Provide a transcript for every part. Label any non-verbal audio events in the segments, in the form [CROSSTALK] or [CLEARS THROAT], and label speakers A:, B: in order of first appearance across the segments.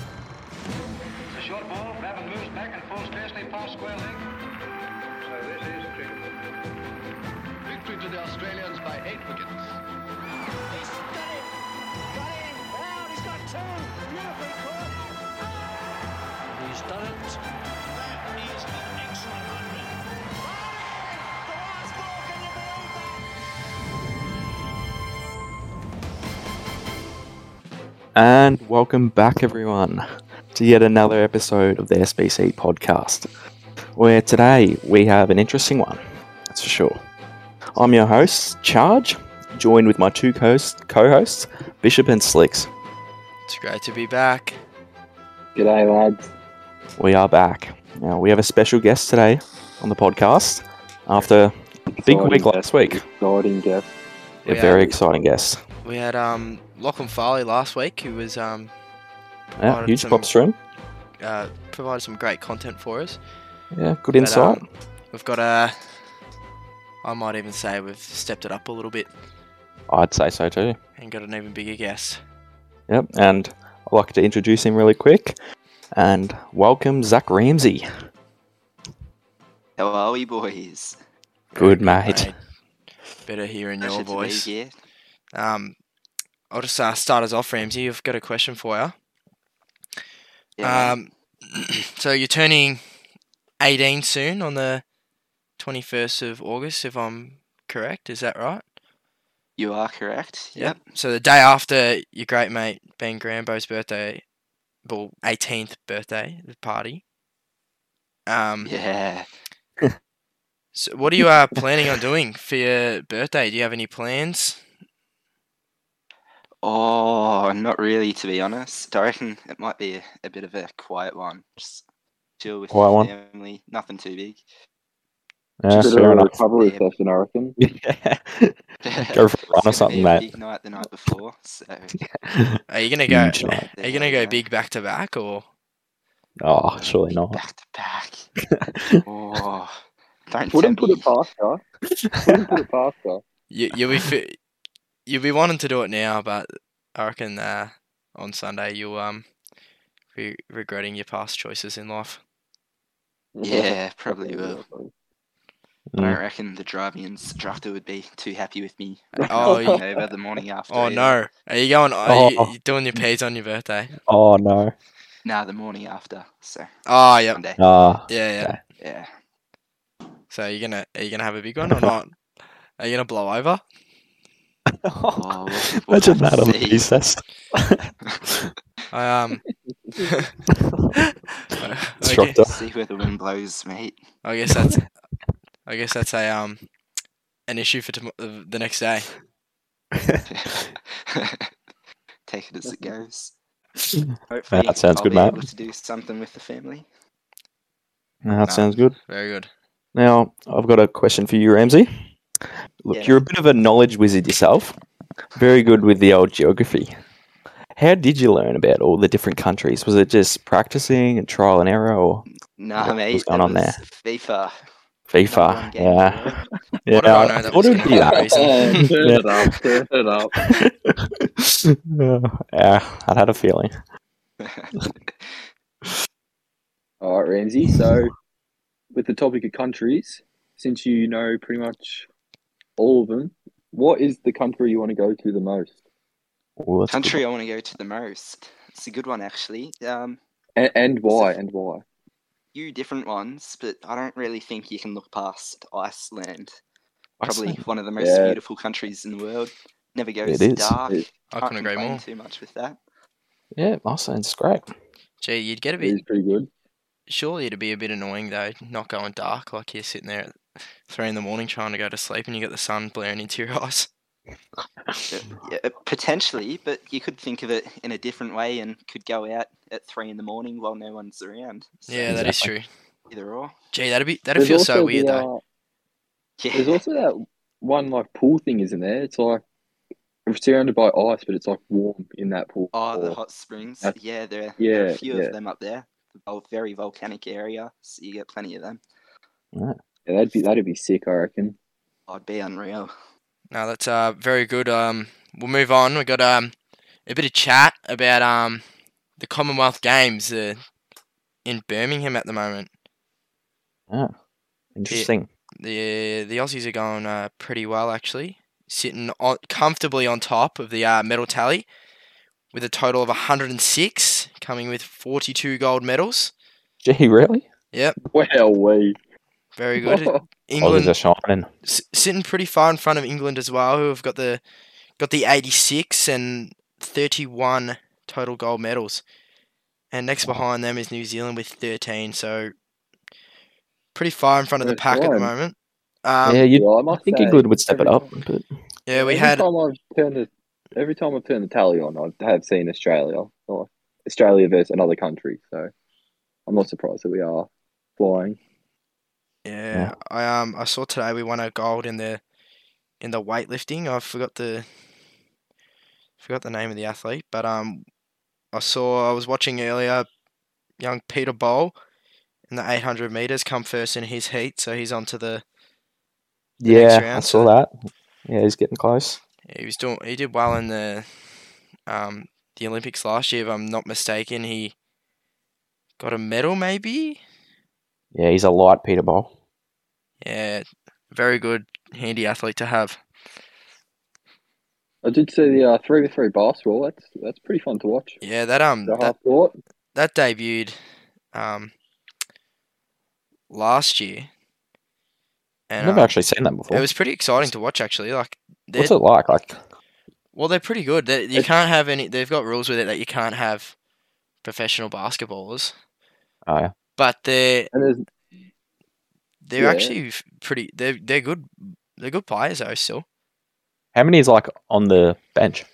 A: It's a short ball. Rabbit moves back and falls scarcely past square leg. So this is cricket.
B: Victory to the Australians by eight wickets.
C: He's done it! Got in! Wow, he's got two! Beautifully caught!
D: He's done it.
C: The last ball, can you believe that?
E: And welcome back, everyone, to yet another episode of the SBC podcast, where today we have an interesting one, that's for sure. I'm your host, Charge, joined with my two co hosts, Bishop and Slicks.
F: It's great to be back.
G: G'day, lads.
E: We are back. Now, we have a special guest today on the podcast after a big week last week.
G: Exciting guest.
E: A
F: We
E: very
F: had-
E: exciting guest.
F: We had um Lachlan Farley last week, who was um
E: Yeah,
F: Provided
E: huge
F: some-
E: props to him.
F: uh, provided some great content for us.
E: Yeah, good
F: But, um,
E: insight.
F: We've got a, I might even say we've stepped it up a little bit
E: I'd say so too.
F: and got an even bigger guest.
E: Yep, and I'd like to introduce him really quick and welcome Zach Ramsey.
H: How are we, boys?
E: Good, mate.
F: mate. Better hearing your
H: Pleasure to be
F: voice.
H: here.
F: Um, I'll just uh, start us off, Ramsey. I've got a question for you.
H: Yeah,
F: Um, [CLEARS THROAT] so you're turning 18 soon on the 21st of August, if I'm correct. Is that right?
H: you are correct. Yep.
F: So the day after your great mate Ben Grambo's birthday, well, 18th birthday the party. Um,
H: Yeah.
F: so what are you uh, planning on doing for your birthday? Do you have any plans?
H: Oh, not really, to be honest. I reckon it might be a, a bit of a quiet one. Just chill with
E: Quiet one?
H: family. Nothing too big.
E: Yeah,
G: Bit
E: fair
G: of a
E: enough.
G: recovery
H: Yeah.
G: session, I reckon.
E: [LAUGHS]
H: [LAUGHS]
E: Go for a run or
H: It's gonna be
E: something,
H: a
E: mate.
H: Big night the night before,
E: [LAUGHS]
H: so
F: Are you gonna go?
E: Huge night.
F: Are you gonna go big back to back or?
E: Oh, surely not.
H: Back to back.
E: [LAUGHS]
H: oh, don't
G: Wouldn't
H: tempt
G: put
H: me.
G: it past her. Wouldn't put it past her.
F: You, you'll be fi- you'll be wanting to do it now, but I reckon uh, on Sunday you'll um be regretting your past choices in life.
H: Yeah, probably will. I
E: Mm.
H: don't reckon the driving instructor would be too happy with me.
F: Oh, you-
H: Hungover
E: [LAUGHS]
H: the morning after.
F: Oh
H: either.
F: no! Are you going? Are
E: Oh.
F: you, you doing your P's on your birthday?
E: Oh, no.
H: Nah, the morning after. So
F: Oh, yep.
H: Monday.
F: [LAUGHS]
E: Ah,
F: Yeah, yeah.
E: Okay. [LAUGHS]
H: Yeah.
F: So you're gonna are you gonna have a big one or not? Are you gonna blow over?
H: Oh, we'll- we'll
E: imagine
H: have
E: that
H: to
E: on the
H: see.
E: recess.
F: I um. [LAUGHS] I, I
E: Instructor.
F: guess,
H: See where the wind blows, mate. [LAUGHS]
F: I guess that's. I guess that's a um, an issue for tom- uh, the next day.
H: Take it as it
E: [LAUGHS]
H: goes. Hopefully,
E: That sounds
H: I'll
E: good,
H: be
E: mate.
H: able to do something with the family.
E: No, that sounds good.
F: Very good.
E: Now, I've got a question for you, Ramsey. Look,
H: Yeah.
E: you're a bit of a knowledge wizard yourself. Very good with the old geography. How did you learn about all the different countries? Was it just practicing and trial and error or
H: Nah,
E: What-
H: mate.
E: what's going
H: it
E: on there?
H: was FIFA. number one
E: FIFA?
H: game in
E: Yeah.
H: the
E: [LAUGHS] yeah.
H: world.
F: What do I know that was
E: thought it would be
F: gonna be
E: that.
F: the reason?
G: Yeah, turn
E: [LAUGHS] Yeah.
G: it up. Turn it up. [LAUGHS]
E: yeah, I'd had a feeling.
G: All right, Ramsey. So, with the topic of countries, since you know pretty much all of them, what is the country you want to go to the most?
E: Ooh, that's a good
H: [LAUGHS] Country I want to go to the most. It's a good one, actually. Um,
G: And, and why? And why?
H: few different ones, but I don't really think you can look past
F: [LAUGHS]
H: Iceland. Probably one of the most
G: Yeah.
H: beautiful countries in the world. Never goes
E: is.
H: dark.
G: It-
F: I
H: Can't
F: couldn't agree
H: complain
F: more.
H: Too much with that.
E: Yeah, Iceland's great.
F: Gee, you'd get a
G: It
F: bit.
G: is pretty good.
F: Surely it'd be a bit annoying though, not going dark like you're sitting there at three in the morning trying to go to sleep and you get the sun blaring into your [LAUGHS] eyes.
H: Yeah, uh, potentially, but you could think of it in a different way and could go out at three in the morning while no one's around. So
F: Yeah, that is true.
H: either or.
F: Gee, that'd be that'd
G: There's
F: feel so
G: also
F: weird
G: the,
F: though.
G: uh, There's
H: Yeah,
G: also that one like pool thing, isn't there? It's like we're surrounded by ice, but it's like warm in that pool.
H: [LAUGHS] oh, the
G: Or-
H: hot springs.
G: That's-
H: Yeah, there are, there are
G: yeah,
H: a few
G: yeah.
H: of them up there. The vol- very volcanic area, so you get plenty of them.
G: Yeah, that'd be that'd be sick, I reckon.
H: I'd be
G: [LAUGHS]
H: unreal.
F: No, that's uh very good. Um, we'll move on. We got um a bit of chat about um the Commonwealth Games are in Birmingham at the moment.
E: Interesting.
F: The the Aussies are going uh, pretty well actually, sitting on, comfortably on top of the uh, medal tally, with a total of 106, coming with 42 gold medals.
E: Gee, really?
F: Yep,
G: Well, we.
F: very
G: [LAUGHS]
F: good.
E: Aussies are
F: England
E: shining.
F: s- sitting pretty far in front of England as well, who have got the got the 86 and 31 total gold medals, and next behind them is New Zealand with 13. So pretty far in front of the
G: Good
F: pack at the
G: time.
F: moment. Um,
E: yeah, you
G: yeah, I must
E: think
G: say,
E: England would step it
G: every
E: up, but
F: yeah, we
G: every
F: had
G: Time I've turned the, every time I've turned the tally on, I have seen Australia, or Australia versus another country. So I'm not surprised that we are flying.
F: Yeah, I um I saw today we won a gold in the in the weightlifting. I forgot the forgot the name of the athlete, but um I saw I was watching earlier young Peter Bowl in the 800 meters come first in his heat, so he's on to the next
E: yeah, I
F: round,
E: saw
F: so-
E: that. Yeah, he's getting close.
F: he was doing he did well in the um the Olympics last year if I'm not mistaken. He got a medal maybe.
E: Yeah, he's a light Peter Bowl.
F: Yeah, very good handy athlete to have.
G: I did see the uh, three v three basketball. That's that's pretty fun to watch.
F: Yeah, that um
G: The
F: that
G: half court.
F: that debuted um, last year,
E: I've
F: and
E: never
F: um,
E: actually seen that before.
F: it was pretty exciting to watch. Actually, like they're,
E: What's it like? Like,
F: well, they're pretty good. They, you
G: It's-
F: can't have any. They've got rules with it that you can't have professional basketballers,
E: oh, yeah.
F: but they're
G: And there's
F: they're
G: Yeah.
F: actually f- pretty. They're they're good. They're good players though. Still,
E: how many is like on the bench?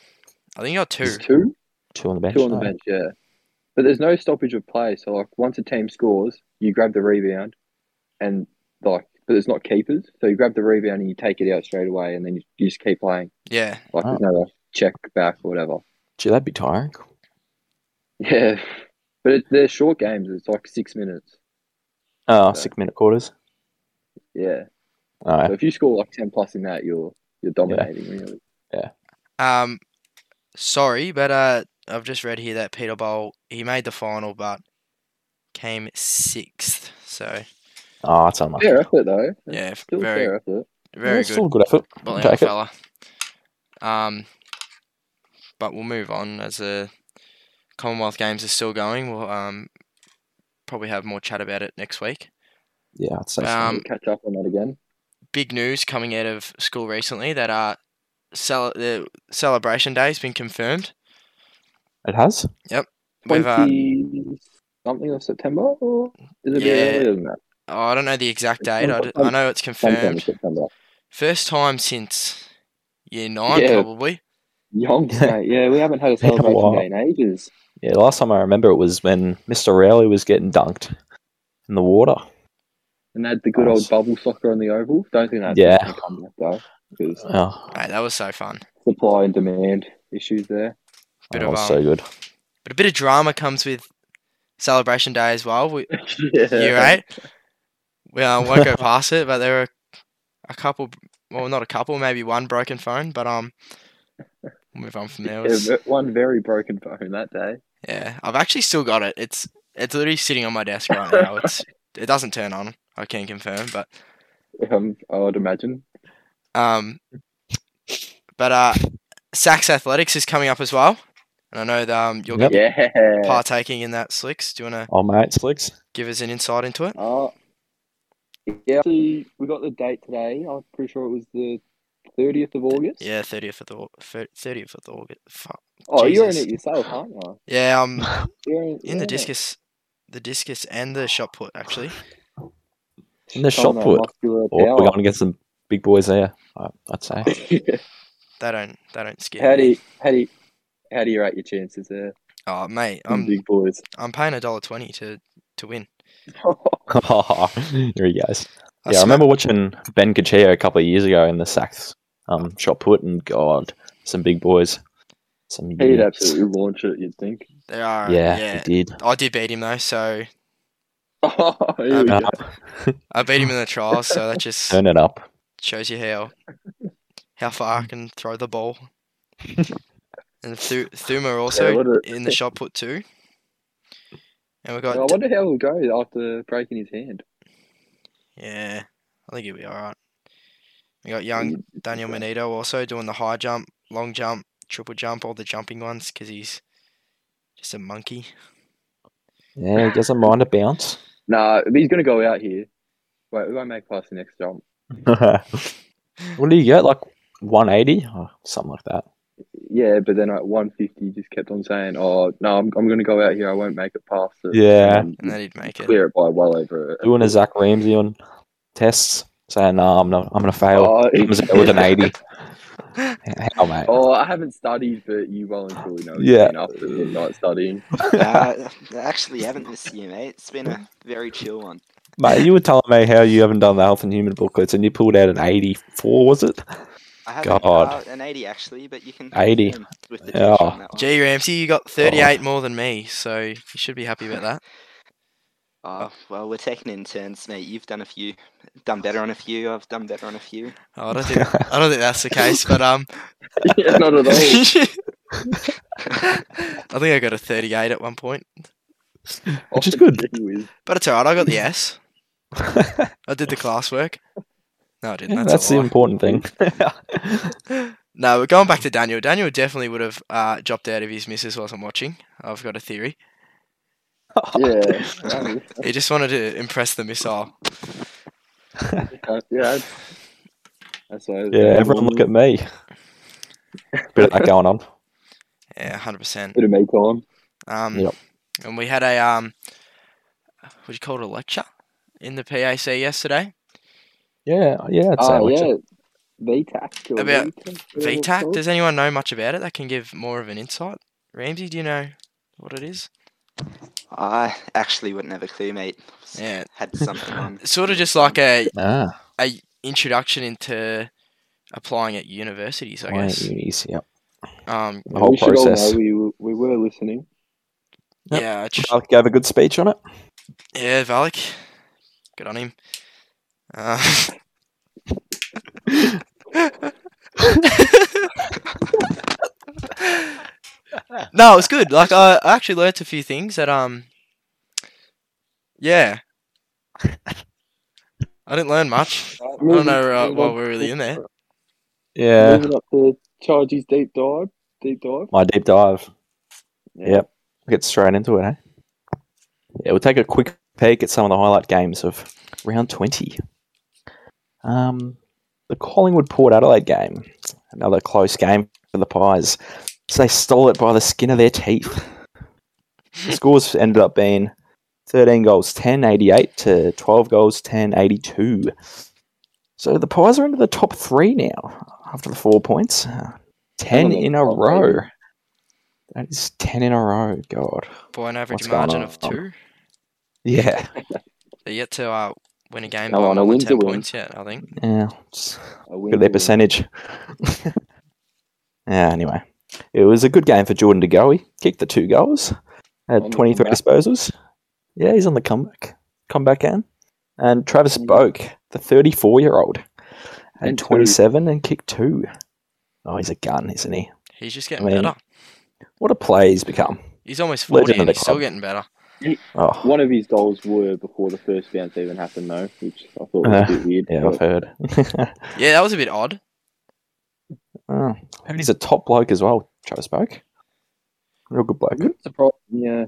F: I think you got two.
G: there's two,
E: Two on the bench.
G: two on the
E: Oh,
G: bench. Yeah, but there's no stoppage of play. So like once a team scores, you grab the rebound, and like but it's not keepers. So you grab the rebound and you take it out straight away, and then you, you just keep playing.
F: Yeah,
G: Like there's no like, check back or whatever.
E: Gee, that'd be tiring.
G: Yeah, but it, they're short games. It's like six minutes.
E: Oh,
G: So-
E: six minute quarters.
G: Yeah,
E: Oh, yeah.
G: so if you score like ten plus in that, you're you're dominating really.
F: Um, sorry, but uh, I've just read here that Peter Bowl he made the final, but came sixth. So
E: oh it's unlucky.
G: Fair effort though.
F: yeah, f-
G: Still
F: very
G: fair effort.
F: very
E: it's
F: good.
E: still a good effort.
F: Well,
E: I'll
F: yeah,
E: take it.
F: fella. Um, but we'll move on as the Commonwealth Games are still going. We'll um probably have more chat about it next week.
E: Yeah, I'd say so.
F: Um,
G: We'll catch up on that again.
F: Big news coming out of school recently that uh, cel- the celebration day has been confirmed.
E: It has?
F: We've, uh,
G: Twenty something of September, or is it a bit
F: Yeah.
G: earlier than that?
F: oh, I don't know the exact date. I, d- I
G: Sometime-
F: know it's
G: Sometime in
F: confirmed.
G: September.
F: First time since year nine,
G: Yeah.
F: probably. [LAUGHS]
G: Yonks,
E: Yeah.
G: mate. Yeah, we haven't had a
E: Been a
G: celebration
E: while.
G: day in ages.
E: Yeah, the last time I remember it was when Mr. Rowley was getting dunked in the water.
G: And they had the good old
E: Nice.
G: bubble soccer on the oval. Don't think that's
E: Yeah.
G: gonna come back though, because
E: Oh,
F: Mate, that was so fun.
G: supply and demand issues there. [LAUGHS]
F: Bit
E: that
F: of
E: was
F: um,
E: so good.
F: but a bit of drama comes with celebration day as well. We,
G: yeah. [LAUGHS]
F: you right? Well, I won't go past it, but there were a couple. Well, not a couple, maybe one broken phone. But um, we'll move on from there. It
G: Yeah,
F: was-
G: but one very broken phone that day.
F: yeah, I've actually still got it. It's it's literally sitting on my desk right now. It's it doesn't turn on. I can confirm, but
G: Um, I would imagine.
F: um, but uh, Sax Athletics is coming up as well, and I know that um you're
E: Yep.
G: Yeah.
F: partaking in that slicks. Do you want to
E: Oh, mate, Slicks.
F: give us an insight into it?
G: Uh, yeah. actually, we got the date today. I'm pretty sure it was the 30th of August.
F: Yeah, thirtieth of the au- thir- 30th of the August. Fuck.
G: Oh, you're in
F: Jesus.
G: it yourself, aren't you?
F: Yeah, um.
G: You're in,
F: in
G: you're
F: the
G: it.
F: discus, the discus and
G: Oh.
F: the shot put actually.
E: In the shot
G: Showing that
E: put.
G: muscular
E: Oh, we're
G: power.
E: going against some big boys there, I- I'd say. [LAUGHS]
G: [LAUGHS]
F: They don't, they don't scare
G: How do
F: me.
G: you, how do you, how do you rate your chances there,
F: Oh mate,
G: um,
F: I'm
G: big boys? [LAUGHS]
F: I'm paying a dollar twenty to to win.
E: Here he goes.
F: I
E: yeah, I
F: sma-
E: remember watching Ben Cachillo a couple of years ago in the Sax um, shot put, and God, some big boys. Some
G: He'd
E: units.
G: absolutely launch it. You'd think. [LAUGHS]
F: They are.
E: Yeah,
F: Uh, Yeah,
E: he did.
F: I did beat him though, so
G: Oh, here we
E: Turn
G: go.
E: up,
F: I beat him in
G: [LAUGHS]
F: the trials. So that just
E: turn it up.
F: shows you how how far I can throw the ball. And Thu- Thuma also
G: what a- [LAUGHS]
F: in the shot put too. And we
G: I
F: got
G: wonder how he'll go after breaking his hand.
F: yeah, I think he'll be all right. We got young Daniel Manito also doing the high jump, long jump, triple jump, all the jumping ones because he's just a monkey.
E: Yeah, he doesn't mind a bounce.
G: Nah, he's going to go out here. Wait, we won't make past the next jump.
E: [LAUGHS] what do you get? Like 180 or something like that.
G: Yeah, but then at 150, he just kept on saying, "Oh no, I'm I'm going to go out here. I won't make it past it."
E: Yeah.
G: And
F: And then he'd make it.
G: clear it by well over. it.
E: Doing a Zach Ramsey on tests, saying, "No, I'm not. I'm gonna fail."
G: Oh,
E: Comes out with an 80. How mate?
G: Oh, I haven't studied, but you well and truly know. it's
E: Yeah.
G: been up to midnight studying. [LAUGHS]
H: Uh, I actually haven't this year, mate. It's been a very chill one.
E: Mate, you were telling me how you haven't done the health and human booklets, and you pulled out an 84, was it?
H: I have
E: God.
H: Uh, an 80 actually, but you can
E: 80.
H: confirm with the
E: Yeah.
H: judge on that one.
F: Gee, Ramsey, you got 38 more than me, so you should be happy about that.
H: Oh, well, we're taking it in turns, mate. You've done a few, done better on a few. I've done better on a few.
F: Oh, I don't think I don't think that's the case, but um,
G: yeah, not at
F: I
G: all.
F: think [LAUGHS] I got a 38 at one point,
E: [LAUGHS] Which is good.
G: Anyways,
F: but it's alright. I got the S. I did the classwork. No, I didn't.
E: that's
F: That's, a
E: the
F: lie.
E: important thing.
F: No, but going back to Daniel, Daniel definitely would have uh, dropped out of his missus whilst I'm watching. I've got a theory.
G: [LAUGHS] Yeah.
F: He just wanted to impress the missile.
G: Uh, yeah. that's- That's why.
E: yeah, everyone look at me. Bit of that going on.
F: Yeah, hundred percent.
G: Bit of me time.
F: Um,
E: Yep.
F: and we had a um, what do you call it, a lecture in the PAC yesterday.
E: Yeah, yeah. I'd say
G: Ah,
E: like
G: yeah. VTAC. or
F: About
G: whatever it's
F: VTAC.
G: called.
F: Does anyone know much about it that can give more of an insight? Ramsey, do you know what it is?
H: I actually wouldn't have a clue, mate. S-
F: Yeah,
H: Had
E: [LAUGHS]
H: something on. [LAUGHS]
F: it's sort of just like a
E: Ah,
F: a introduction into applying at universities, I
E: why aren't
F: guess.
E: you easy? Yep.
F: Um,
E: The whole
G: we should all
E: process.
G: know we, were- we were listening.
E: Yep.
F: yeah, I tr-
E: Alec gave a good speech on it.
F: yeah, Valak, good on him. Uh, [LAUGHS] no, it was good. Like I, I actually learnt a few things that um, yeah, I didn't learn much.
G: I
F: I don't know uh, why we're really in there.
E: Yeah,
G: Moving up to Chargie's deep dive. Deep dive.
E: my deep dive.
G: Yeah.
E: Yep. We'll get straight into it, eh? Yeah, we'll take a quick peek at some of the highlight games of round 20. Um, the Collingwood Port Adelaide game, another close game for the Pies. So they stole it by the skin of their teeth. The scores ended up being 13 goals 1088 to 12 goals 1082. So the Pies are into the top three now after the four points. Uh, 10 in a
G: Oh,
E: row.
G: baby.
E: That is 10 in a row. God.
F: By an average
E: What's going
F: margin
E: on?
F: of two,
E: Yeah.
F: they're yet to uh, win a game
G: No,
F: by
G: on
F: more
G: a
F: than
G: win's a
F: ten
G: win.
F: points yet. I think.
E: Yeah. Just
G: A
E: look at their
G: win-win. [LAUGHS]
E: percentage. yeah, anyway. It was a good game for Jordan De Goey. Kicked the two goals.
G: On
E: Had
G: the
E: 23
G: comeback.
E: disposals. Yeah, he's on the comeback. Comeback end. And Travis
G: Mm.
E: Boak, the 34 year old, had
G: And two.
E: 27 and kicked two. Oh, he's a gun, isn't he?
F: He's just getting
E: mean-
F: better.
E: What a player he's become.
F: He's almost
E: legend
F: forty,
E: of
F: and
E: the
F: he's still
E: club.
F: getting better.
E: Oh,
G: One of his goals were before the first bounce even happened, though, which I thought was
E: Uh,
G: a bit weird.
E: yeah,
G: but-
E: I've heard. [LAUGHS]
F: Yeah, that was a bit odd.
E: oh, I heard he's a top bloke as well, Travis Boak. Real good bloke.
G: Wouldn't surprise me, yeah.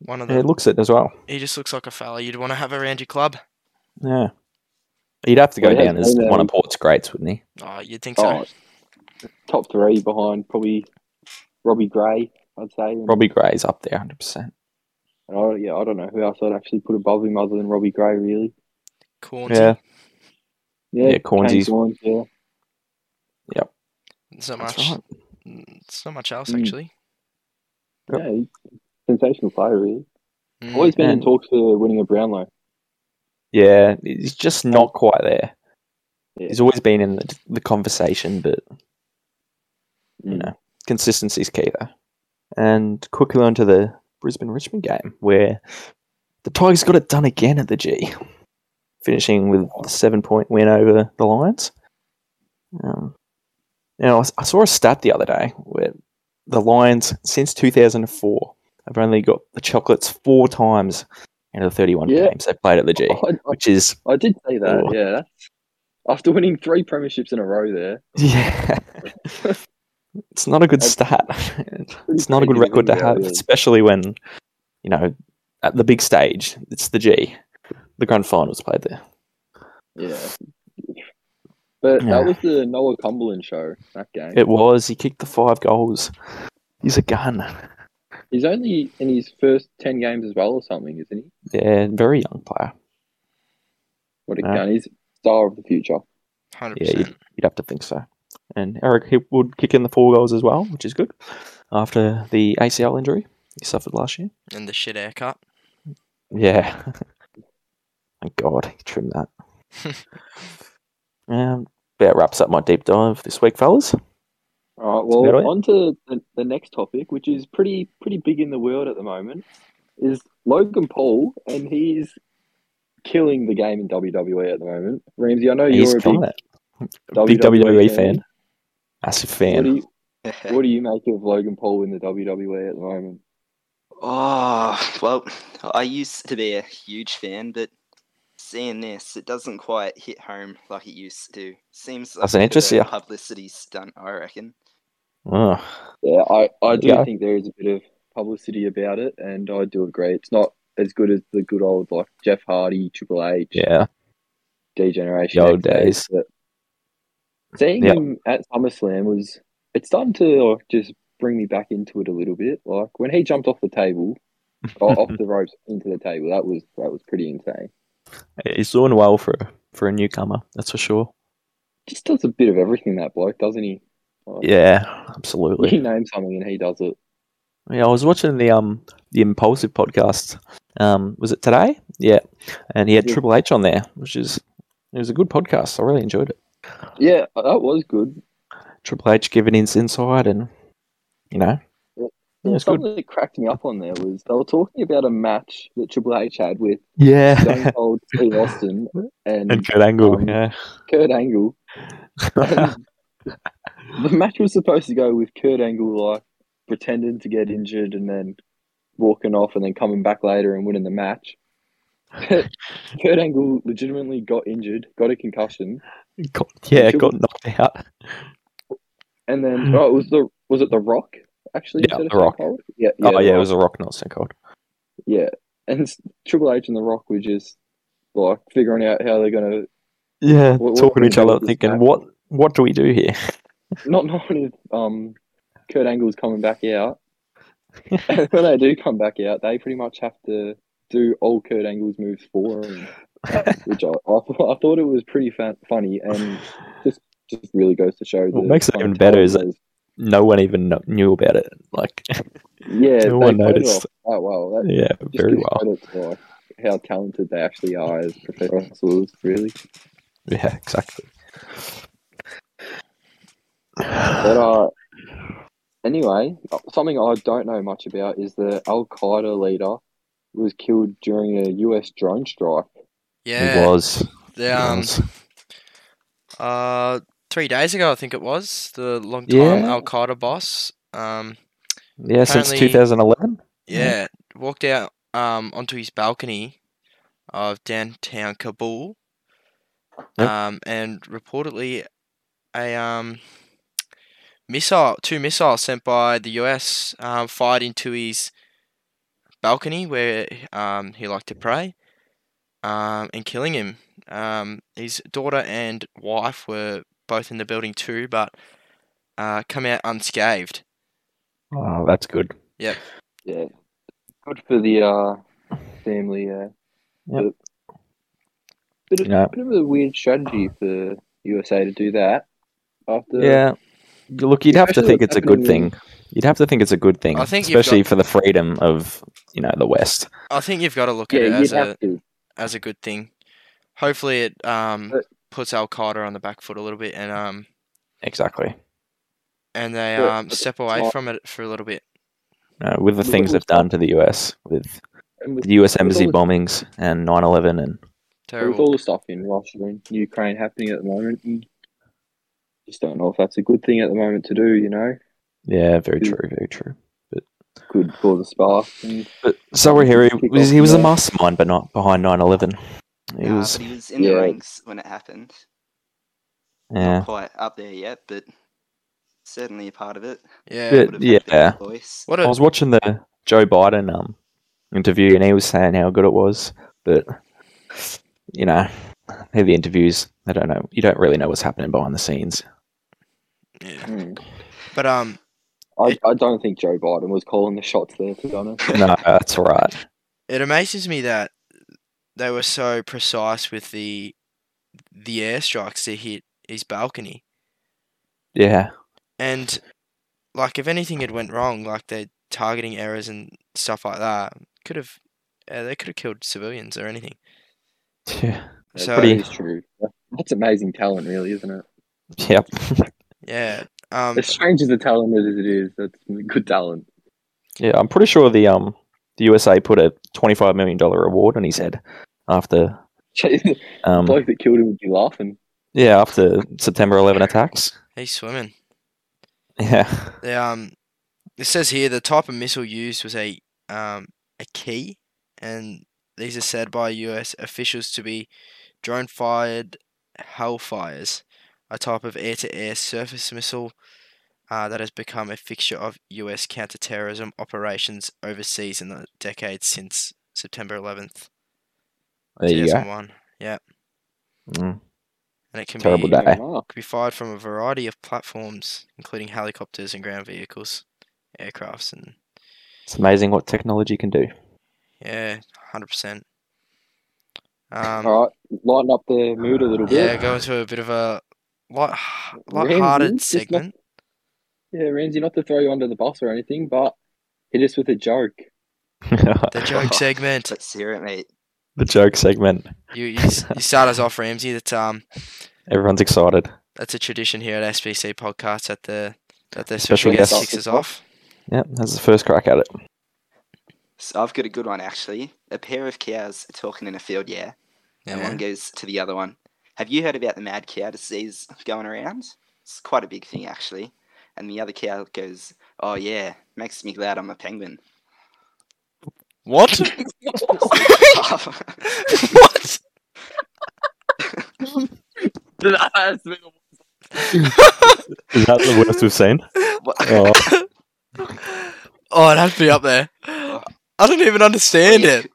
F: One of
E: Yeah, he
F: the,
E: looks it as well.
F: he just looks like a fella you'd want to have around your club.
E: Yeah. He'd have to go
G: Well, he
E: down
G: has
E: as
G: been,
E: one
G: um,
E: of Port's greats, wouldn't he?
F: Oh, you'd think so.
G: Oh, top three behind probably Robbie Gray, I'd say. And,
E: Robbie Gray's up there, 100%.
G: and I, yeah, I don't know who else I'd actually put above him other than Robbie Gray, really.
F: Corny.
E: Yeah.
G: Yeah,
E: Yeah, Cornsy's-
G: Kane Corns, yeah.
F: It's not
E: That's
F: much.
E: right.
F: mm, It's not much else
G: Mm.
F: actually.
E: Yep.
G: yeah he's a sensational player, really.
F: Mm.
G: Always been in
E: And-
G: talks for winning a Brownlow.
E: Yeah, he's just not quite there.
G: Yeah.
E: He's always been in the, the conversation, but
G: Mm.
E: Yeah. consistency's key though. And quickly on to the Brisbane Richmond game, where the Tigers got it done again at the G, finishing with the seven point win over the Lions. Um, now, I, s- I saw a stat the other day where the Lions, since 2004, have only got the chocolates four times out of the 31
G: Yeah.
E: games they played at the
G: [LAUGHS]
E: G,
G: [LAUGHS] I, I-
E: which is
G: I did say that,
E: Oh.
G: yeah. After winning three premierships in a row there.
E: yeah, it's not a good
G: I-
E: stat. It's not a good
G: crazy,
E: record to
G: isn't it,
E: have,
G: really?
E: especially when you know at the big stage. It's the G. The grand finals played there.
G: Yeah. But
E: Yeah.
G: that was the Noah Cumberland show, that game.
E: It was. He kicked the five goals. He's a gun.
G: He's only in his first 10 games as well, or something, isn't he?
E: Yeah, very young player.
G: What a
E: Yeah.
G: gun. He's star of the future.
F: Hundred
E: Yeah,
F: percent.
E: You'd have to think so. And Eric Hipwood kick in the four goals as well, which is good. After the ACL injury he suffered last year.
F: And the shit haircut.
E: Yeah. [LAUGHS] Thank God he trimmed
G: [LAUGHS]
E: that. um, about wraps up my deep dive this week, fellas.
G: All right,
E: about
G: well,
E: it.
G: on to the, the next topic, which is pretty pretty big in the world at the moment, is Logan Paul, and he's killing the game in WWE at the moment. Ramsey, I know
E: He's
G: Oh, you're a
E: killing
G: big, E
E: it. Big WWE fan. Massive
G: What do,
E: fan.
G: you, what do you make of Logan Paul in the WWE at the moment?
H: oh, well, I used to be a huge fan, but seeing this, it doesn't quite hit home like it used to. Seems like
E: Doesn't
H: a bit
E: interest
H: of a
E: ya?
H: publicity stunt, I reckon.
E: Ugh.
G: Yeah, I, I do
E: Yeah.
G: think there is a bit of publicity about it, and I do agree. It's not as good as the good old like Jeff Hardy, Triple H,
E: Yeah.
G: D Generation.
E: The
G: X
E: old days.
G: But seeing
E: Yeah.
G: him at SummerSlam was it's starting to like, just bring me back into it a little bit. Like when he jumped off the table, or off
E: [LAUGHS]
G: the ropes into the table, that was that was pretty insane.
E: He's doing well for for a newcomer, that's for sure.
G: Just does a bit of everything that bloke, doesn't he? Like,
E: Yeah,
G: [LAUGHS] You [LAUGHS]
E: absolutely.
G: can name something and he does it.
E: Yeah, I was watching the um the Impulsive podcast. Um, was it today? Yeah, and he had
G: Yeah.
E: Triple H on there, which is it was a good podcast. I really enjoyed it.
G: Yeah, that was good.
E: Triple H giving his insight, and you know,
G: Yeah.
E: it was
G: something
E: good.
G: that cracked me up on there was they were talking about a match that Triple H had with Stone
E: Yeah, [LAUGHS]
G: Cold Steve Austin and,
E: and Kurt Angle. [LAUGHS]
G: Um,
E: yeah, [LAUGHS]
G: Kurt Angle. And the match was supposed to go with Kurt Angle like pretending to get injured and then walking off and then coming back later and winning the match.
E: [LAUGHS]
G: Kurt Angle legitimately got injured, got a concussion,
E: got, [LAUGHS] yeah,
G: Triple-
E: got knocked out.
G: and then oh, it was the was it the Rock actually?
E: Yeah,
G: instead of
E: The Rock.
G: Stone Cold? Yeah, yeah,
E: oh
G: The
E: yeah, it
G: Rock.
E: was a rock, not so cold.
G: Yeah, and s- Triple H and The Rock were just like figuring out how they're gonna
E: Yeah,
G: What- what
E: talking to
G: brings
E: each other,
G: out this
E: thinking,
G: match?
E: what what do we do here? [LAUGHS]
G: not knowing if um Kurt Angle's coming back out. [LAUGHS] and when they do come back out, they pretty much have to do all Kurt Angle's moves
E: [LAUGHS]
G: for him, which I, I, thought- I thought it was pretty fa- funny and just just really goes to show
E: What
G: the
E: makes it
G: kind of
E: even better is
G: talent
E: No one even kno- knew about it. Like, [LAUGHS]
G: they- yeah,
E: no
G: they
E: one
G: played it
E: noticed.
G: off quite well. That
E: yeah,
G: just
E: very
G: gives
E: well.
G: credit to like how talented they actually are as professionals, really.
E: Yeah, exactly.
G: But uh, anyway, something I don't know much about is the Al Qaeda leader was killed during a U.S. drone strike.
E: It
F: Yeah.
E: was.
F: The,
E: it
F: um,
E: was.
F: uh, three days ago I think it was the long time
E: Yeah.
F: Al Qaeda boss. Um,
E: Yeah, since
F: apparently-
E: 2011.
F: yeah,
G: Mm-hmm.
F: walked out um onto his balcony of downtown Kabul.
E: Yep.
F: Um, and reportedly a um missile, two missiles sent by the US um, fired into his balcony where um, he liked to pray, um, and killing him. Um, his daughter and wife were both in the building too, but uh, come out unscathed.
E: Oh, that's good.
G: Yeah, good for the uh, family. Yeah,
E: Yep.
G: bit of,
E: Yeah.
G: bit of a weird strategy for USA to do that after.
E: yeah. Look, you'd have to
G: especially
E: think it's
G: what's
E: a good
G: happening in-
E: thing. You'd have to think it's a good thing,
F: I think you've
E: especially
F: got-
E: for the freedom of you know the West.
F: I think you've got to look at it
G: yeah, you'd
F: as a
G: have to.
F: as a good thing. Hopefully, it um,
G: But-
F: puts Al Qaeda on the back foot a little bit, and um,
E: Exactly.
F: and they
G: But-
F: um,
G: but
F: step
G: it's
F: away
G: not-
F: from it for a little bit.
E: Uh, with the
G: Look at
E: things
G: all
E: they've done to the US, with
G: And with,
E: the USMZ
G: all the-
E: bombings and 9/11, and
G: with
F: Terrible.
G: all the stuff in Russia and Ukraine happening at the moment, you just don't know if that's a good thing at the moment to do. You know,
E: yeah, very
G: Mm.
E: true, very true.
G: could before the spark. And
E: But Zawahiri
G: Kick
E: was
G: off
E: he was the
G: there.
E: mastermind, but not behind 9/11. He
H: Nah,
E: was
H: Uh, but he was in
G: Yeah.
H: the ranks when it happened.
E: yeah.
H: Not quite up there yet, but certainly a part of it.
F: Yeah.
E: But-
H: Would have had a bit of
E: yeah.
H: a voice.
F: What
E: I
F: a
E: was watching the Joe Biden um interview, and he was saying how good it was, but you know, they're the interviews. I don't know. You don't really know what's happening behind the scenes.
F: yeah.
G: mm.
F: But um
G: I, I don't think Joe Biden was calling the shots there, to be honest.
E: No, that's all right.
F: it amazes me that they were so precise with the the airstrikes to hit his balcony.
E: Yeah, [LAUGHS]
F: And like if anything had went wrong, like their targeting errors and stuff like that, could have uh, they could have killed civilians or anything.
E: yeah,
F: So
G: That
E: Pretty-
G: is true. That's amazing talent, really, isn't it?
E: yep.
F: yeah, um,
G: As strange as the talent as it is, that's good talent. [LAUGHS]
E: Yeah, I'm pretty sure the um the USA put a twenty five million dollar reward on his head after
G: the
E: um
G: bloke that killed him would be laughing.
E: yeah after September 11 attacks. [LAUGHS]
F: he's swimming.
E: Yeah,
F: The, um, it says here the type of missile used was a um, a key, and these are said by U.S. officials to be drone fired Hellfires, a type of air to air surface missile uh, that has become a fixture of U.S. counterterrorism operations overseas in the decades since September 11th,
E: there you go.
F: 2001. Yeah,
E: Mm,
F: and it can
E: terrible
F: be
E: day.
G: Wow.
F: could be fired from a variety of platforms, including helicopters and ground vehicles, aircrafts, and
E: It's amazing what technology can do. [LAUGHS]
F: yeah, hundred percent. Um,
G: All right, lighten up the mood a little
F: yeah,
G: bit.
F: go into a bit of a light,
G: Ramsey,
F: light-hearted
G: just like-
F: segment.
G: Yeah. Ramsey, not to throw you under the bus or anything, but hit us with a joke.
F: [LAUGHS] The joke segment.
H: Let's hear it, mate.
E: the joke segment.
F: You, you s- you start us off, Ramsey. That's um
E: Everyone's excited.
F: that's a tradition here at SBC Podcast that the that the
E: Special
F: special guest
E: guest.
F: kicks us off.
E: Yep, that's the first crack at it.
H: So I've got a good one actually. A pair of cows are talking in a field, yeah, and
F: Yeah.
H: one goes to the other one. Have you heard about the mad cow disease going around? It's quite a big thing actually. And the other cow goes, "Oh yeah, makes me glad I'm a penguin."
E: [LAUGHS]
H: [LAUGHS]
F: What?
H: That's
F: what?
E: Is that the worst we've [LAUGHS] seen? Oh,
F: Oh, it'd have to be up there. I don't even understand it.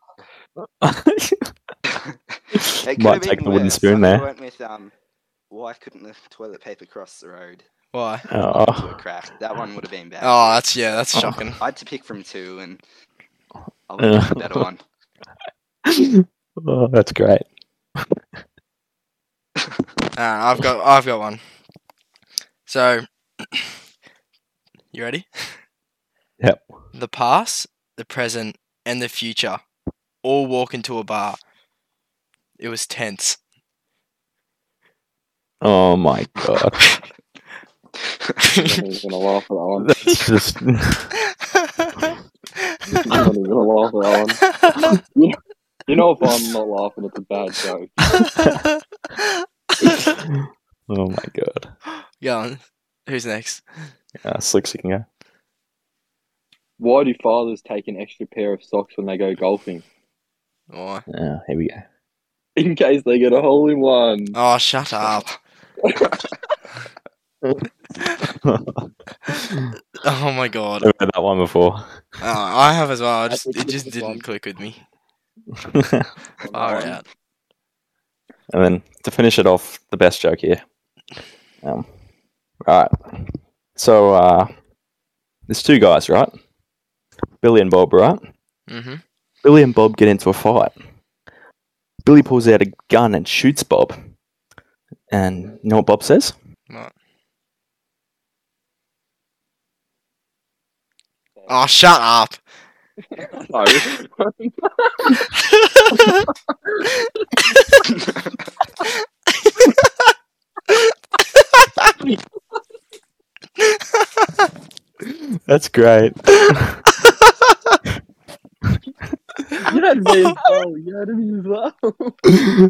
E: Might take the wooden spoon
H: I
E: there.
H: went with um, why couldn't the toilet paper cross the road
F: Why?
H: to a
E: Oh,
H: crack? That one would have been bad.
F: Oh, that's yeah, that's shocking.
H: I had to pick from two, and I would have a better
F: [LAUGHS]
H: one.
E: Oh, that's great.
F: Alright, I've got I've got one. So [CLEARS THROAT] you ready?
E: Yep.
F: The past, the present, and the future all walk into a bar. It was tense. [LAUGHS]
E: Oh my god.
G: I'm not even gonna laugh at that
F: [LAUGHS]
G: one.
E: [LAUGHS] That's just
G: I'm not even gonna laugh at that one. You know, if I'm not laughing, it's a bad joke.
E: Oh my god.
F: Go on. Who's next?
E: Uh, slicks you can go.
G: Why do fathers take an extra pair of socks when they go golfing?
F: Oh,
E: Yeah, here we go.
G: In case they get a hole in one.
F: oh shut
G: [LAUGHS]
F: up. Oh my
G: [LAUGHS]
F: god.
E: Never heard that one [LAUGHS] before.
F: Oh, I have as well. I just,
G: think
F: it
G: it's
F: just
G: this
F: didn't
G: one.
F: click with me.
E: and
F: Far out.
E: then to finish it off, the best joke here. Um, right. So uh, there's two guys, right? Billy and Bob, right?
F: Mm-hmm.
E: Billy and Bob get into a fight. Billy pulls out a gun and shoots Bob. And you know what Bob says?
F: Oh, shut up.
G: No.
E: That's great.
G: [LAUGHS] you don't [LAUGHS] mean as well. You don't mean as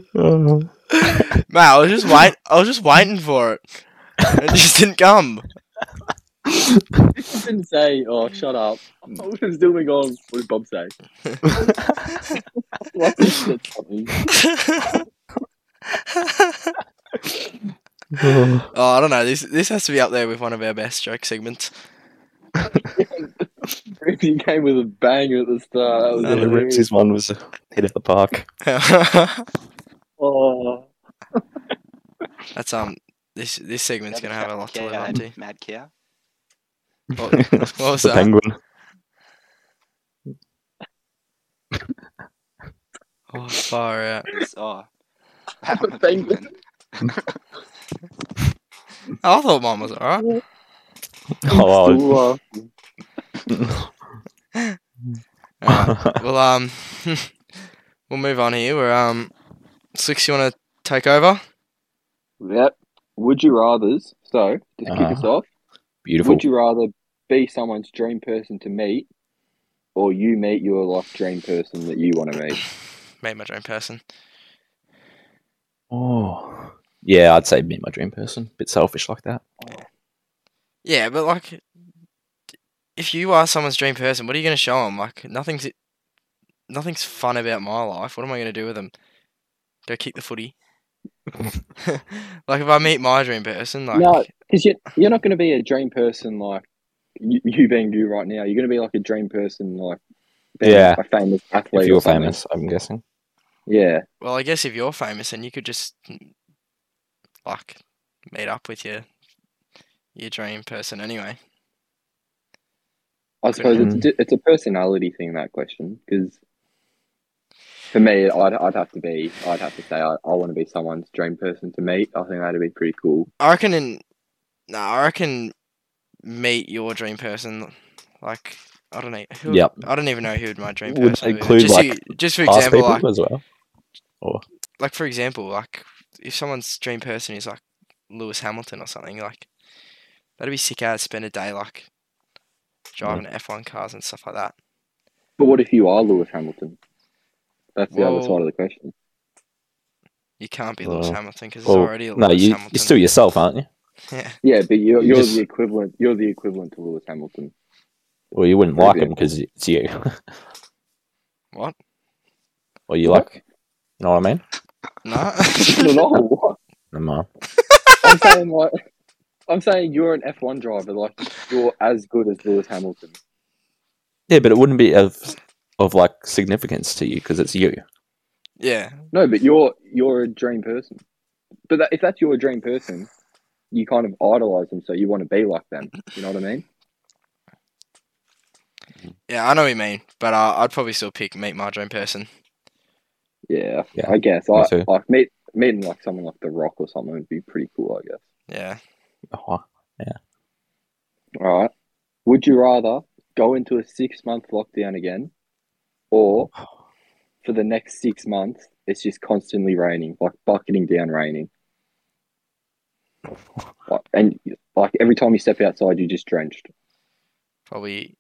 G: [LAUGHS] well.
F: [LAUGHS] Man, I was just wait. I was just waiting for it. It just didn't come.
G: I didn't say, oh, shut up.
E: Hmm.
G: I would have still been gone. What did Bob say?
E: [LAUGHS]
G: Like, he said something.
E: Oh,
F: Oh, I don't know. This this has to be up there with one of our best joke segments. [LAUGHS]
G: He came with a bang at the start. That was
F: No,
E: the
F: no,
G: hilarious.
E: Ripsies one was a hit of the park. [LAUGHS]
F: That's
G: Oh, um.
F: this this segment's gonna have a lot to live up to.
H: Mad cow.
F: What, what was
E: the
F: that? [LAUGHS]
E: penguin.
F: Oh, far out.
H: It's- Oh, Pat, I'm a
G: Penguin.
H: penguin. [LAUGHS]
F: I thought mine was alright.
E: Oh,
G: uh,
F: Alright, well, um, [LAUGHS] we'll move on here. We're um, Slicks, you want to take over?
G: Yep. Would you rather's? So, just kick
E: Uh-huh.
G: us off.
E: [LAUGHS] beautiful.
G: Would you rather be someone's dream person to meet, or you meet your like dream person that you want to meet?
F: Meet my dream person.
E: Oh, yeah, I'd say meet my dream person. Bit selfish like that.
F: Yeah, but like, if you are someone's dream person, what are you gonna show them? Like, nothing's nothing's fun about my life. What am I gonna do with them? Go kick the footy. [LAUGHS] like, if I meet my dream person, like,
G: No. Because you're, you're not going to be a dream person like you, you being you right now. You're going to be like a dream person like being
E: Yeah.
G: a famous
E: If
G: athlete. or
E: you're
G: something.
E: famous, I'm guessing.
G: Yeah.
F: well, I guess if you're famous, then you could just mm, like meet up with your your dream person anyway.
G: I suppose it's,
E: Mm.
G: di- it's a personality thing, that question. Because for me, I'd, I'd have to be, I'd have to say, I, I want to be someone's dream person to meet. I think that'd be pretty cool.
F: I reckon in no, I reckon meet your dream person. Like I don't know. Who,
E: Yep.
F: I don't even know who my dream
E: Would
F: person would be.
E: include,
F: just,
E: like,
F: you- just for
E: Past
F: example,
E: people
F: like,
E: as well.
F: like for example, like if someone's dream person is like Lewis Hamilton or something, like that'd be sick out to spend a day like driving
E: Mm.
F: F one cars and stuff like that.
G: But what if you are Lewis Hamilton? That's the
F: Well-
G: other side of the question.
F: You can't be Lewis
E: Well,
F: Hamilton because
E: well,
F: there's already a
E: No,
F: Lewis
E: you,
F: Hamilton.
E: you're still yourself, aren't you?
F: [LAUGHS] yeah.
G: Yeah, but you're,
E: You
G: you're
E: just-
G: the equivalent. You're the equivalent to Lewis Hamilton. [LAUGHS]
E: Well, you wouldn't like
G: Maybe.
E: him because it's you. [LAUGHS]
F: What?
E: Or you
G: What?
E: like, you know what I mean?
F: No.
G: Not
E: [LAUGHS]
G: at all.
E: Never mind.
G: I'm saying like, I'm saying you're an F one driver. Like you're as good as Lewis Hamilton.
E: Yeah, but it wouldn't be of of like significance to you because it's you.
F: yeah.
G: No, but you're you're a dream person. But that, if that's your dream person, you kind of idolize them, so you want to be like them. You know what I mean?
F: Yeah. I know what you mean, but uh, I'd probably still pick meet my dream person.
G: Yeah,
E: Yeah,
G: I guess.
E: me
G: I
E: too.
G: like meet meeting like someone like The Rock or something would be pretty cool. I guess.
F: Yeah.
E: Oh,
G: All right. Would you rather go into a six month lockdown again, or for the next six months it's just constantly raining, like bucketing down raining? Like, and like every time you step outside, you're just drenched.
F: Probably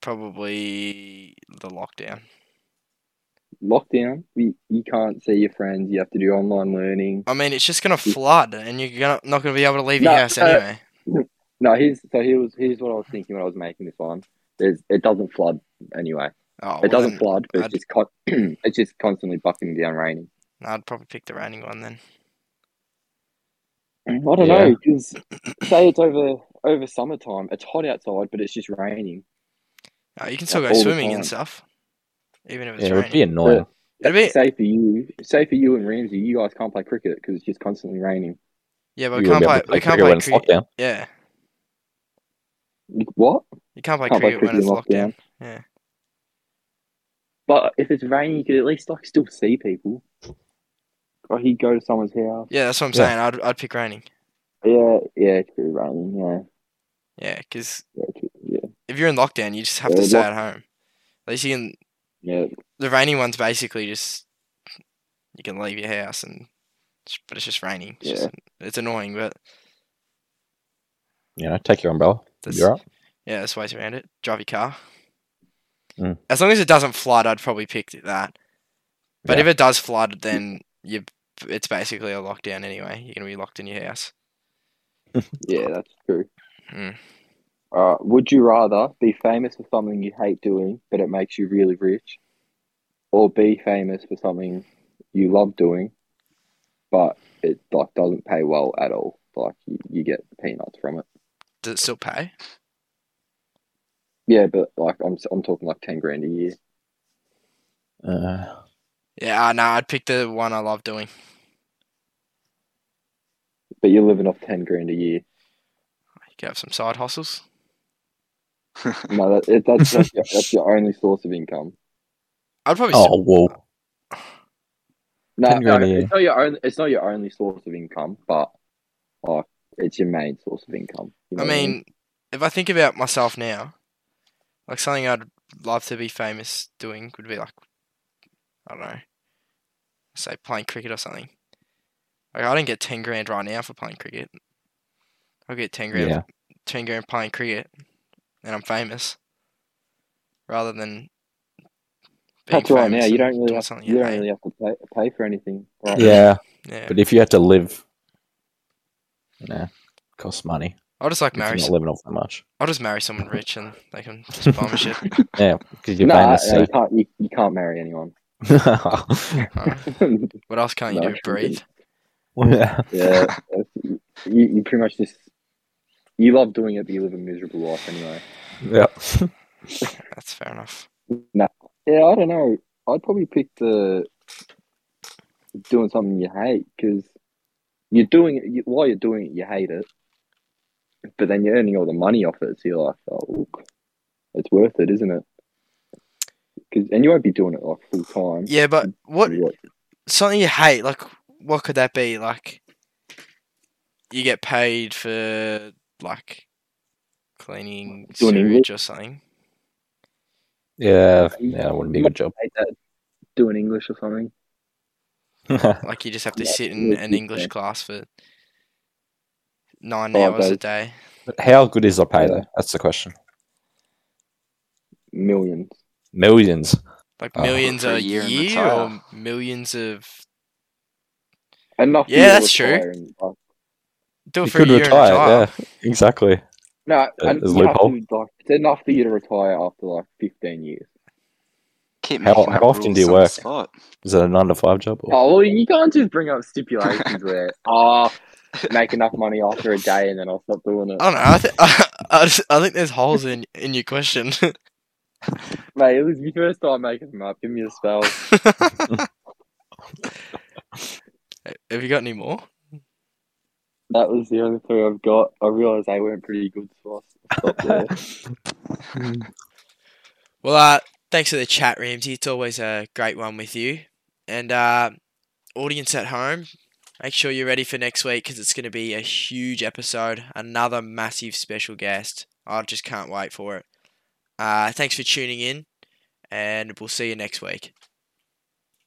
F: probably the lockdown.
G: Lockdown, you, you can't see your friends. You have to do online learning.
F: I mean, it's just gonna flood, and you're gonna not gonna be able to leave your
G: No,
F: house
G: uh,
F: anyway.
G: No, here's so here was here's what I was thinking when I was making this one. There's it doesn't flood anyway.
F: Oh, well
G: It doesn't
F: then,
G: flood, but
F: I'd-
G: it's just con- [CLEARS THROAT] it's just constantly bucketing down raining.
F: no, I'd probably pick the raining one then.
G: I don't
E: Yeah.
G: know because say it's over over summertime, it's hot outside, but it's just raining.
F: Oh, you can still
G: Yeah,
F: go
G: all the
F: swimming and
G: time.
F: stuff, even
E: yeah,
F: if it's
E: it would
F: raining.
E: be annoying.
F: It'd be-
G: Say for you, say for you and Ramsey, you guys can't play cricket because it's just constantly raining.
F: yeah, but
E: You
F: we
E: wouldn't
F: can't
E: be
F: play.
E: able to
F: We can't
E: cricket
F: play
E: when it's
F: cricket.
E: lockdown.
F: Yeah,
G: What?
F: you can't play
G: Can't play
F: cricket when it's
G: cricket in
F: lockdown.
G: But if it's raining, you could at least like still see people. Or he'd go to someone's house.
F: Yeah, that's what I'm
E: Yeah.
F: saying. I'd I'd pick raining.
G: Yeah, yeah, it's pretty raining. Yeah,
F: Yeah, because
G: yeah, it's pretty- yeah.
F: if you're in lockdown, you just have
G: Yeah,
F: to stay
G: lock-
F: at home. At least you can.
G: yeah.
F: The rainy one's basically just you can leave your house and, but it's just raining. It's, just, it's annoying, but
E: You know, take your umbrella.
F: That's-
E: You're up.
F: Yeah, there's ways around it. Drive your car.
E: Mm.
F: As long as it doesn't flood, I'd probably pick that. But
E: Yeah.
F: if it does flood, then you it's basically a lockdown anyway. You're gonna be locked in your house.
G: Yeah, that's true.
F: Mm.
G: Uh, would you rather be famous for something you hate doing, but it makes you really rich, or be famous for something you love doing, but it like doesn't pay well at all? Like you, you get peanuts from it.
F: Does it still pay?
G: Yeah, but like I'm I'm talking like ten grand a year.
E: Uh,
F: Yeah, uh, no, I'd pick the one I love doing.
G: But you're living off ten grand a year.
F: You can have some side hustles.
G: No, that, it, that's that's your, that's your only source of income.
F: I'd probably
E: oh,
F: still,
E: whoa.
G: No,
E: 10 grand
G: no,
E: a year.
G: it's not your only. It's not your only source of income, but like it's your main source of income. You know
F: I
G: what
F: mean, if I think about myself now, like something I'd love to be famous doing would be like, I don't know, say playing cricket or something. Like I don't get ten grand right now for playing cricket. I get ten grand,
E: Yeah.
F: ten grand playing cricket, and I'm famous. Rather than being
G: that's right now.
F: famous
G: You
F: and
G: don't really
F: doing
G: have,
F: something
G: you
F: you
G: don't
F: hate.
G: really have to pay, pay for anything. Right?
E: Yeah,
F: Yeah,
E: but if you had to live, nah, costs money.
F: I'll just like
E: If you're
F: marry.
E: not
F: s-
E: living off that much.
F: I'll just marry someone rich and they can just
G: [LAUGHS]
F: buy me shit.
E: Yeah, because you're
G: no,
E: famous.
G: no,
E: So.
G: you can't. You, you can't marry anyone. [LAUGHS]
E: [LAUGHS]
F: Alright. What else can't you
G: No,
F: do?
G: I
F: Breathe.
G: couldn't. yeah, that's- you, you pretty much just you love doing it, but you live a miserable life anyway.
E: yeah.
F: That's fair enough.
G: Yeah, I don't know. I'd probably pick the doing something you hate because you're doing it you, while you're doing it, you hate it, but then you're earning all the money off it. So you're like, oh, look, it's worth it, isn't it? Cause, and you won't be doing it like full time.
F: Yeah, but what
G: You're like,
F: something you hate? Like, what could that be? Like, you get paid for like cleaning
G: Doing English?
F: sewage or something.
E: Yeah, yeah, that wouldn't be a good job. [LAUGHS]
G: hate that doing English or something.
F: Like, you just have to
G: Yeah,
F: sit in
G: yeah,
F: an
G: yeah.
F: English class for nine
G: Five
F: hours a
G: days.
F: day.
E: But how good is the pay
G: Yeah.
E: though? That's the question.
G: Millions.
E: Millions.
F: Like
E: Oh.
F: millions
H: For a
F: a
H: year
F: year,
H: and
F: or
H: retire.
F: millions of
G: Enough. for
F: Yeah,
G: you to
F: that's true.
G: retire and, like,
F: do it
E: You
F: for a
E: could
F: year and
E: retire.
F: retire.
E: Yeah, exactly.
G: No, and
E: there's
G: you have
E: loophole.
G: to, like, it's enough for you to retire after like 15 years.
H: Keep
E: How-
H: making
E: how
H: up
E: often do you
H: rules on the
E: work?
H: spot.
E: Is it a nine to five job? Or?
G: Oh, well, you can't just bring up
F: [LAUGHS]
G: stipulations where, ah, make enough money after a day and then I'll stop doing it.
F: I don't know. I, th- I, [LAUGHS] I, just- I think there's holes in in your question. [LAUGHS]
G: Mate, it was your first time making them up. Give me a spell.
F: have you got any more?
G: That was the only three I've got. I realised they weren't pretty good, so I
F: [LAUGHS]
G: stopped there.
F: Well, uh, thanks for the chat, Ramsey. It's always a great one with you. And uh, audience at home, make sure you're ready for next week because it's going to be a huge episode. Another massive special guest. I just can't wait for it. Uh, thanks for tuning in, and we'll see you next week.